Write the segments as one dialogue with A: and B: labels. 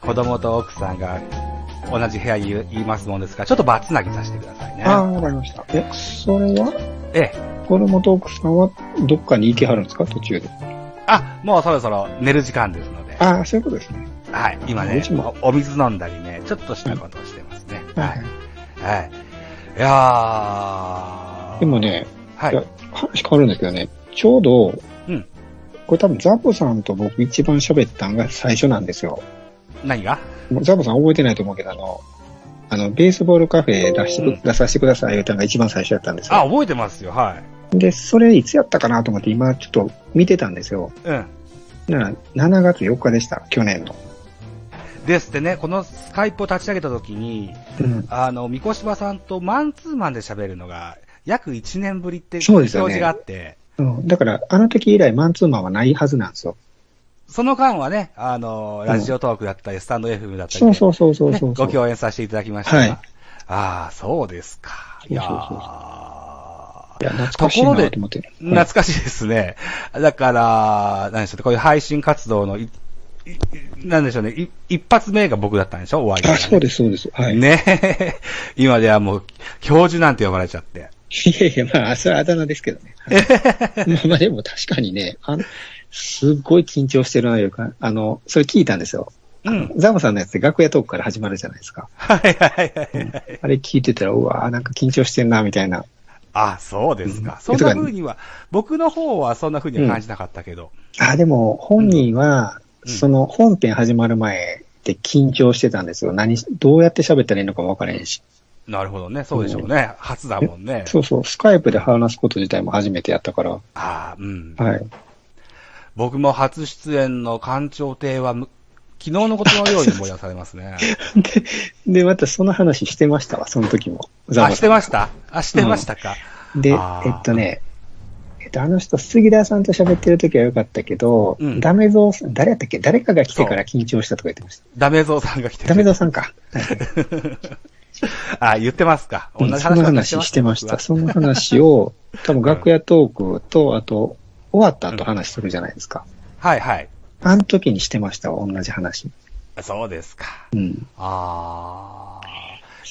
A: 子供と奥さんが同じ部屋にいますもんですから、ちょっとバツなぎさせてくださいね。
B: ああ、わかりました。え、それは
A: ええ。
B: 子供と奥さんはどっかに行きはるんですか途中で。
A: あ、もうそろそろ寝る時間ですので。
B: ああ、そういうことですね。
A: はい。今
B: う
A: ね
B: ちも、
A: おお水飲んだりね、ちょっとしたことをしてますね。は
B: はい
A: い。
B: は
A: はい。いやー。
B: い。でも、ね、
A: はい
B: いや。話変わるんですけどね、ちょうど、
A: うん
B: これ多分ザボさんと僕一番喋ったんが最初なんですよ。
A: 何が
B: もうザボさん覚えてないと思うけど、あの、あの、ベースボールカフェ出してく、
A: うん
B: 出させてください言うたのが一番最初やったんです
A: あ、
B: よ。
A: 覚えてますよ。はい。
B: で、それいつやったかなと思って今ちょっと見てたんですよ。
A: うん。
B: な7月4日でした、去年の。
A: ですってね、このスカイプを立ち上げた時に、
B: うん。
A: あの、三越柴さんとマンツーマンで喋るのが、約1年ぶりって
B: そうですよね
A: 表示があって、
B: うん、だから、あの時以来マンツーマンはないはずなんですよ。
A: その間はね、あの、ラジオトークだったり、スタンド FM だったりで、
B: そうそうそうそうそう
A: ね
B: そう。
A: ご共演させていただきましたが、
B: はい
A: ああ、そうですか。いやー
B: そうそうそういや、懐かしい
A: ところで
B: なと思って。
A: 懐かしいですね。だから、何でしょうね、こういう配信活動のい、いいなんでしょうね、い一発目が僕だったんでしょ終わり、
B: あ、そうです、そうです。はい。
A: ね 今ではもう、教授なんて呼ばれちゃって。
B: いやいや、まあ、それはあだ名ですけどね。 まあまあでも確かにね、あのすっごい緊張してるなというか、あの、それ聞いたんですよ。
A: うん。
B: ザボさんのやつって楽屋トークから始まるじゃないですか。
A: はいはいはいはい。
B: あれ聞いてたら、うわーなんか緊張してんな、みたいな。
A: あ、そうです
B: う
A: か
B: ん。
A: そんな風には、僕の方はそんな風には感じなかったけど。
B: あ、でも本人は、
A: うん
B: その本編始まる前って緊張してたんですよ。何し、どうやって喋ったらいいのかも分からへんし。
A: なるほどね。そうでしょうね。初だもんね。
B: そうそう、スカイプで話すこと自体も初めてやったから。
A: ああ、うん。
B: はい。
A: 僕も初出演の館長亭はむ、昨日のことのように思い出されます ね。
B: で、で、またその話してましたわ、その時も。ザボ
A: あ、
B: さん
A: してましたあ、してましたか。
B: で、え
A: あー
B: っとね、えっと、あの人、杉田さんと喋ってる時は良かったけど、
A: うん
B: ダメゾウさん、誰やったっけ誰かが来てから緊張したとか言ってまし
A: ダメゾウさんが来て
B: た。ダメゾウさんか。はいはい
A: あ、言ってますか。同
B: う
A: じ
B: ん
A: 話
B: その
A: ばっかり
B: 話してました。
A: 僕は
B: その 話を、多分楽屋トークと、あと、終わった後話するじゃないですか。
A: はいはい。
B: あの時にしてましたわ、同じ話。
A: そうですか。
B: うん。
A: ああ。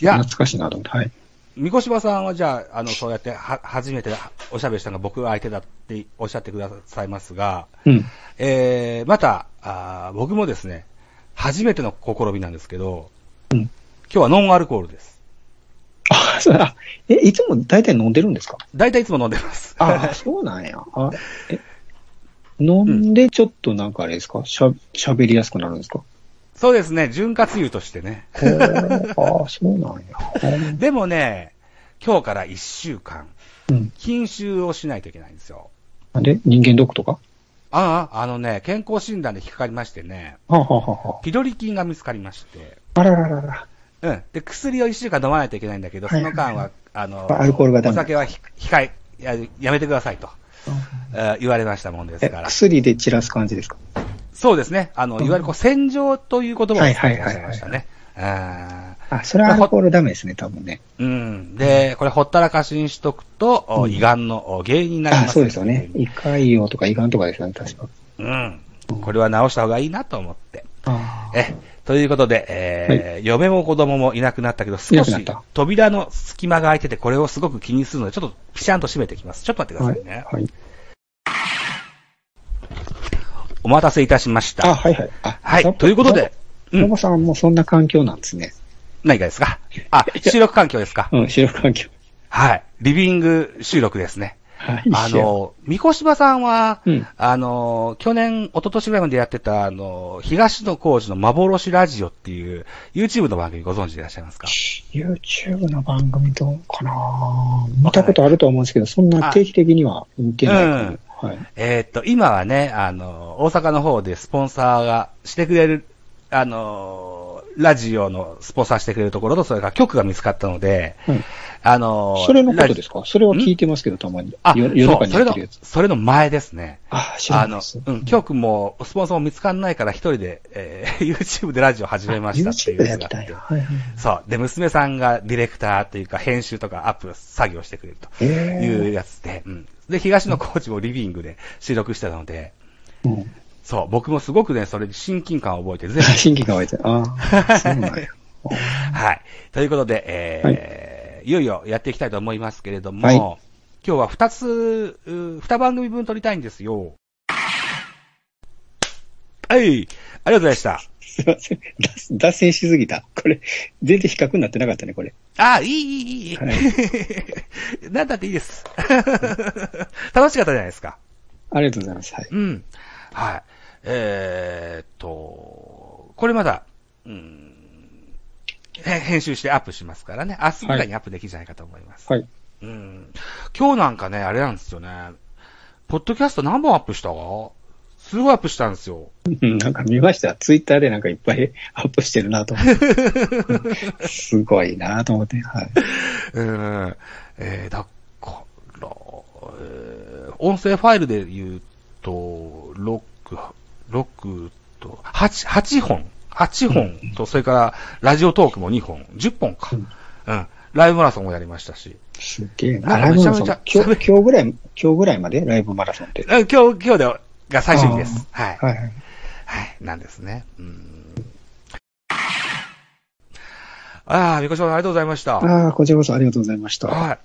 A: いや
B: 懐、かしいなと思って。はい。
A: 三越柴さんはじゃあ、あの、そうやって、は、初めておしゃべりしたのが僕が相手だっておっしゃってくださいますが、
B: うん。
A: えー、また、あー僕もですね、初めての試みなんですけど、
B: うん
A: 今日はノンアルコールです。
B: あ、そうだ。え、いつも大体飲んでるんですか
A: 大体いつも飲んでます。
B: ああ、そうなんや。あえ飲んでちょっとなんかあれですかしゃ、喋りやすくなるんですか
A: そうですね、潤滑油としてね。
B: へーああ、そうなんや。
A: でもね、今日から1週間、
B: うん。
A: 禁酒をしないといけないんですよ。
B: なんで人間ドックとか
A: ああ、あのね、健康診断で引っかかりましてね、
B: はあ、はあはあは
A: ピロリ菌が見つかりまして、
B: あ、あらららら。
A: うん。で、薬を1週間飲まないといけないんだけど、
B: は
A: そ
B: いは
A: の
B: いは
A: 間
B: い
A: は、あの、
B: アルコールがダ
A: お
B: メ
A: 酒はひ控えや、やめてくださいと、えー言われましたもんです
B: え
A: か、ら。
B: 薬で散らす感じですか
A: そうですね。あの、いわゆるこう、洗浄という言葉を使
B: はい
A: って
B: はい
A: らっ
B: はい
A: しゃいましたね。あー
B: あ、それはアルコールダメですね、多分ね。
A: うん。で、これほったらかしにしとくと、お
B: うん
A: 胃がんのお原因になります
B: あそうですよね。胃潰瘍とか胃がんとかですよね、確か。
A: うん。これは直した方がいいなと思って。
B: あ
A: え、ということで、えー嫁も子供もいなくなったけど、
B: い
A: 少
B: なくなっ
A: した扉の隙間が空いてて、これをすごく気にするので、ちょっとピシャンと閉めてきます。ちょっと待って
B: あ。
A: くだ
B: は
A: さ
B: い
A: いね。。
B: はい。
A: お待たせいたしまし
B: あ、
A: た。
B: はいはい。あ、
A: はい。ということで、う
B: ザボ。ザ
A: ん
B: ボさんもそんな環境なんですね。
A: 何がですかあ、収録環境ですか
B: うん、視力環境。
A: はい。リビング収録ですね。
B: はい。
A: あの、三越柴さんは、
B: うん
A: あの、去年、一昨年ぐらいまでやってた、あの、東野幸治の幻ラジオっていう、YouTube の番組ご存知でいらっしゃいますか
B: YouTube の番組どうかな見たことあるとは思うんですけど、そんな定期的には見てないかも。はい。
A: えーっと、今はね、あの、大阪の方でスポンサーがしてくれる、あの、ラジオのスポンサーしてくれるところと、それから局が見つかったので、
B: うん
A: あの、
B: それのこと
A: ラジ
B: ですかそれは聞いてますけど、たまに。
A: あ、
B: 夜夜
A: そ
B: 中
A: う、
B: に
A: そ
B: や
A: れ
B: って
A: の
B: るやつ、。
A: それの前ですね。
B: あ、知ら
A: あ
B: ないで
A: の
B: す。、
A: うん、局も、スポンサーも見つかんないから、一人で、えー YouTube でラジオ始めましたっていう
B: YouTube でや
A: や
B: っ
A: つ
B: て
A: が
B: た
A: あっ
B: ん
A: て
B: や。。はいはいはい。
A: そう。で、娘さんがディレクターというか、編集とかアップ作業してくれると
B: え
A: いうやつで、うん。で、東野コーチもリビングで収録してたので、
B: えうん。
A: そう、僕もすごくね、それに親近感を覚えて、全部
B: 新規が湧いて、ああ、そうなんや。
A: はい。ということで、えーい、よいよやっていきたいと思いますけれども、
B: はい
A: 今日は2つ、う2番組分撮りたいんですよ。はい。ありがとうございました。
B: すいません。脱脱線しすぎた。これ、全然比較になってなかったね、これ。
A: あ、いい、いい、いい。
B: は
A: なんだっていいです。楽しかったじゃないですか。
B: ありがとうございます。はい。
A: うん。はい。えー、っと、これまだ、うん、へ編集してアップしますからね。明日ぐらいにアップできるんじゃないかと思います。
B: はい。
A: うん。今日なんかね、あれなんですよね。ポッドキャスト何本アップしたわすごいアップしたんですよ。
B: うん、なんか見ました。ツイッターでなんかいっぱい アップしてるなと 思って。すごいなと思って。はい。
A: うん。えー、だから、えー音声ファイルで言うと、6、6と、8、8本。8本と、それから、ラジオトークも2本。10本か。
B: うん
A: うん。ライブマラソンもやりましたし。
B: すげえ
A: な
B: な。
A: んか
B: ラ
A: め
B: イブ
A: ちゃ
B: マラ
A: め
B: ソン。
A: ちゃ
B: 今日、今日ぐらい、今日ぐらいまでライブマラソンって。
A: うん今日、今日で、が最終日です。はい。
B: はいはい。
A: はい。なんですね。うん。ああ、みこしょうさんありがとうございました。
B: ああ、こちらこそありがとうございました。
A: はい。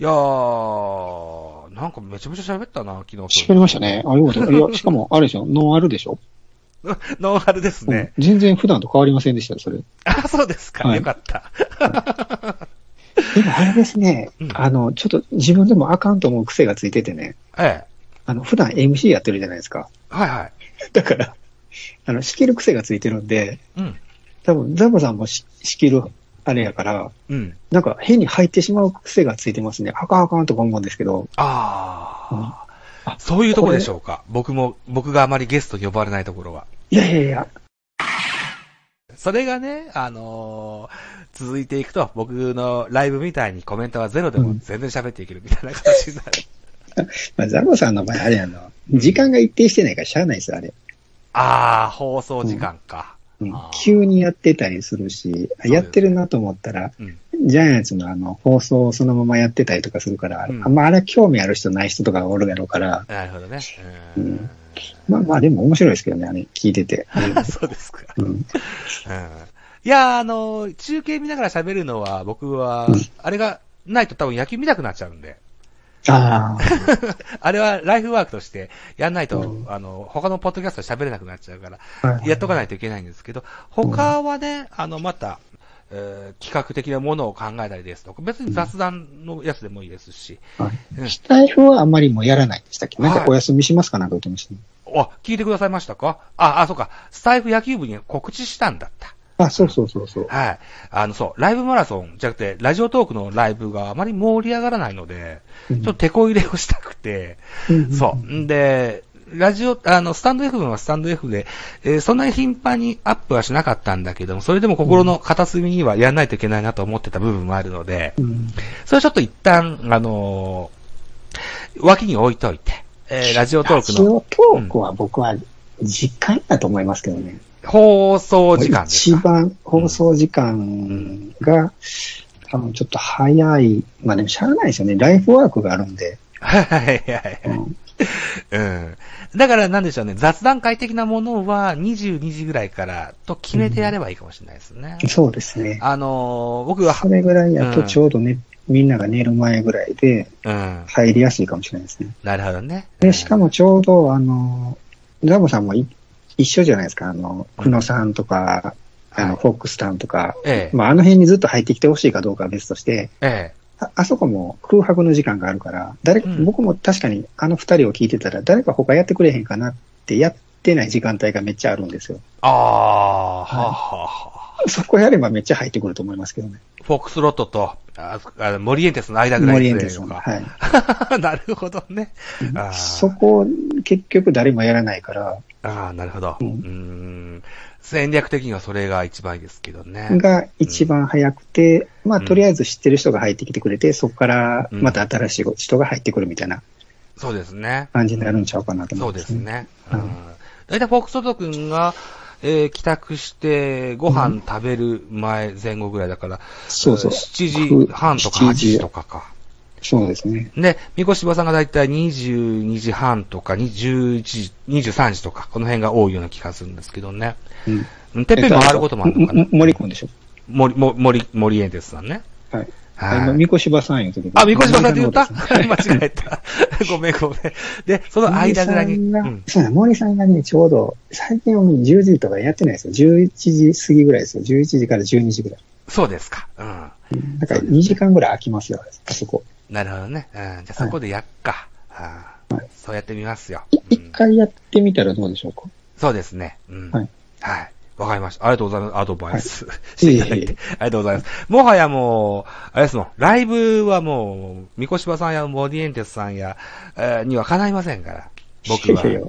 A: いやー、なんかめちゃめちゃ喋ったな、昨日。
B: 喋りましたね。あ、よ かった。いや、しかも、あれでしょ。ノンアルでしょ。
A: ノンアルですね。
B: うん全然普段と変わりませんでしたよ、それ。
A: あ、そうですか。
B: はい
A: よかった。
B: でもあれですね
A: うん、
B: あの、ちょっと自分でもあかんと思う癖がついててね、
A: ええ。
B: あの、普段 MC やってるじゃないですか。
A: はいはい。
B: だから、あの、仕切る癖がついてるんで、
A: うん。
B: 多分ザボさんもし仕切るあれやから、
A: うん。
B: なんか変に入ってしまう癖がついてますね。あかんあかんとか思うんですけど、
A: あー。そういうとこでしょうか。僕も、僕があまりゲストに呼ばれないところは。
B: いやいやいや、
A: それがね、あのー続いていくと、僕のライブみたいにコメントはゼロでも全然喋っていけるみたいな形になる。
B: まあ、ザボさんの場合あれやな、時間が一定してないからしゃあないです、あれ。
A: ああ、放送時間か。
B: うん
A: あー
B: 急にやってたりするし、あやってるなと思ったら、
A: うん。
B: ジャイアンツのあの、放送をそのままやってたりとかするから、
A: うん
B: あんまあれ興味ある人ない人とかがおるやろうから、
A: なるほどね。う。
B: うんまあまあでも面白いですけどね、あれ聞いてて。
A: そうですか。
B: うん、
A: うんいやー、あのー中継見ながら喋るのは、僕は
B: うん、
A: あれがないと多分野球見なくなっちゃうんで、
B: ああ、
A: あれはライフワークとしてやんないと、
B: うん
A: あの、他のポッドキャストで喋れなくなっちゃうから、
B: はい
A: やっとかないといけないんですけど、他はね、あの、また、えー企画的なものを考えたりですとか、別に雑談のやつでもいいですし、
B: はいスタイフはあんまりもうやらないでしたっけなんかお休みしますかなんか言ってましたね。
A: あ、聞いてくださいましたかあ、あ、そうか、スタイフ野球部に告知したんだった。
B: あ、そうそうそうそう。
A: はい。あの、そう、ライブマラソンじゃなくて、ラジオトークのライブがあまり盛り上がらないので、ち
B: う
A: ょ
B: ん
A: っと手こ入れをしたくて、
B: うん
A: そう。んで、ラジオ、あの、スタンド F はスタンド F で、えーそんなに頻繁にアップはしなかったんだけども、それでも心の片隅にはやんないといけないなと思ってた部分もあるので、
B: うん
A: それちょっと一旦、あのー脇に置いといて、えーラジオト
B: ラ
A: ーク
B: ジ
A: の
B: オトークは僕は時間だと思いますけどね。
A: 放送時間です
B: 一
A: か。
B: 番放送時間が、多分ちょっと早い。まあでもしゃあないですよね。ライフワークがあるんで。
A: はいはいはい。
B: うん
A: うん。だからなんでしょうね、雑談会的なものは22時ぐらいからと決めてやればいいかもしれないですね。
B: そうですね。
A: あのー僕は、
B: それぐらいやとちょうどね、みんなが寝る前ぐらいで
A: うん。
B: 入りやすいかもしれないですね。
A: なるほどね。
B: で、しかもちょうど、あの、ザボさんもい一緒じゃないですか。あの、久野さんとか、あ
A: は
B: の、
A: い
B: フォックスタンとか、
A: ええ、
B: まあ、あの辺にずっと入ってきてほしいかどうかは別として、
A: え
B: ああそこも空白の時間があるから、誰か、
A: うん
B: 僕も確かにあの二人を聞いてたら、誰か他やってくれへんかなってやってない時間帯がめっちゃあるんですよ。
A: え。ああ、は
B: はい
A: あはあはあ。
B: そこやればめっちゃ入ってくると思いますけどね。
A: フォックスロットと、ああのモリエンテスの間ぐらい
B: 森
A: で
B: エ
A: すね
B: ンテスの。は い。
A: なるほどね。あー
B: そこ、結局誰もやらないから、
A: ああ、なるほど。う
B: うん
A: ん。戦略的にはそれが一番いいですけどね。
B: が一番早くて、まあ、
A: うん
B: とりあえず知ってる人が入ってきてくれて、そこから
A: うん
B: また新しい人が入ってくるみたいな
A: そうですね。
B: 感じになるんちゃうかなと
A: そ
B: 思
A: う
B: いま
A: ですす
B: ね。
A: ね。う
B: うん
A: ん。だいたいフォックスロット君が、えー帰宅して、ご飯食べる前、前後ぐらいだから、
B: そうそう
A: 7時半とか8時とかか。
B: そうですね。
A: で、三越芝さんがだいたい22時半とか、21時、23時とか、この辺が多いような気がするんですけどね。
B: うん。
A: うんてっぺん回ることもあるのか
B: えっ
A: な
B: と。もも森君でしょ
A: 森、も森、森エンテスさんね。
B: はい。あ
A: は
B: の、
A: い。
B: 三越芝さん言うとき
A: あ、三越芝さんって言った
B: は
A: 間
B: い
A: 違えた。 ごめんごめん。で、その間ぐらいに。
B: 森さんが
A: うん
B: そうだ、森さんがね、ちょうど、最近はもう10時とかやってないですよ。11時過ぎぐらいですよ。11時から12時ぐらい。
A: そうですか。うん。
B: だから2時間ぐらい空きますよ、あそこ。
A: なるほどね。うん。じゃあそこでやっか。はいそうやってみますよ。
B: い
A: うん
B: 一回やってみたらどうでしょうか
A: そうですね。うん。は
B: はいい。
A: わかりました。ありがとうございます。アドバイス。
B: いえ
A: して
B: いえ
A: いただいて。ありがとうございます。もはやもう、あれですの、ライブはもう、三越場さんやモディエンテスさんや、えーには叶いませんから。僕は。
B: いやいや
A: うん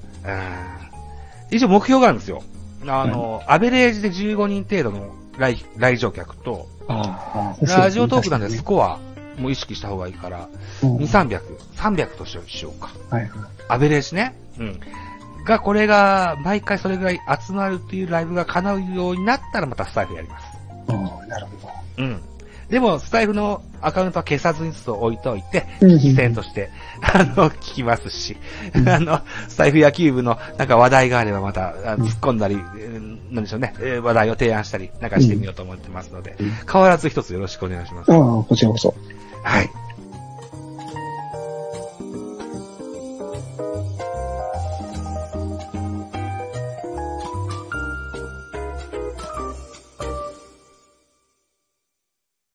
A: 一応目標があるんですよ。あの、アベレージで15人程度の来来場客と、
B: ああ
A: ラジオトークなんでス
B: す
A: コアも意識した方がいいから、
B: うん
A: 2、300、300としようしようか。
B: はいはい
A: アベレージね。うん。が、これが、毎回それぐらい集まるっていうライブが叶うようになったらまたスタイフやります。
B: ああ、なるほど。
A: うん。でも、スタイフのアカウントは消さずにちょっと置いといて、
B: うん
A: 視線として、あの、聞きますし、あの、スタイフ野球部のなんか話題があればまた、あ
B: うん
A: 突っ込んだり、えーなんでしょうね、えー話題を提案したりなんかしてみようと思ってますので
B: うん、
A: 変わらず一つよろしくお願いします。
B: ああ、こちらこそ。
A: はい。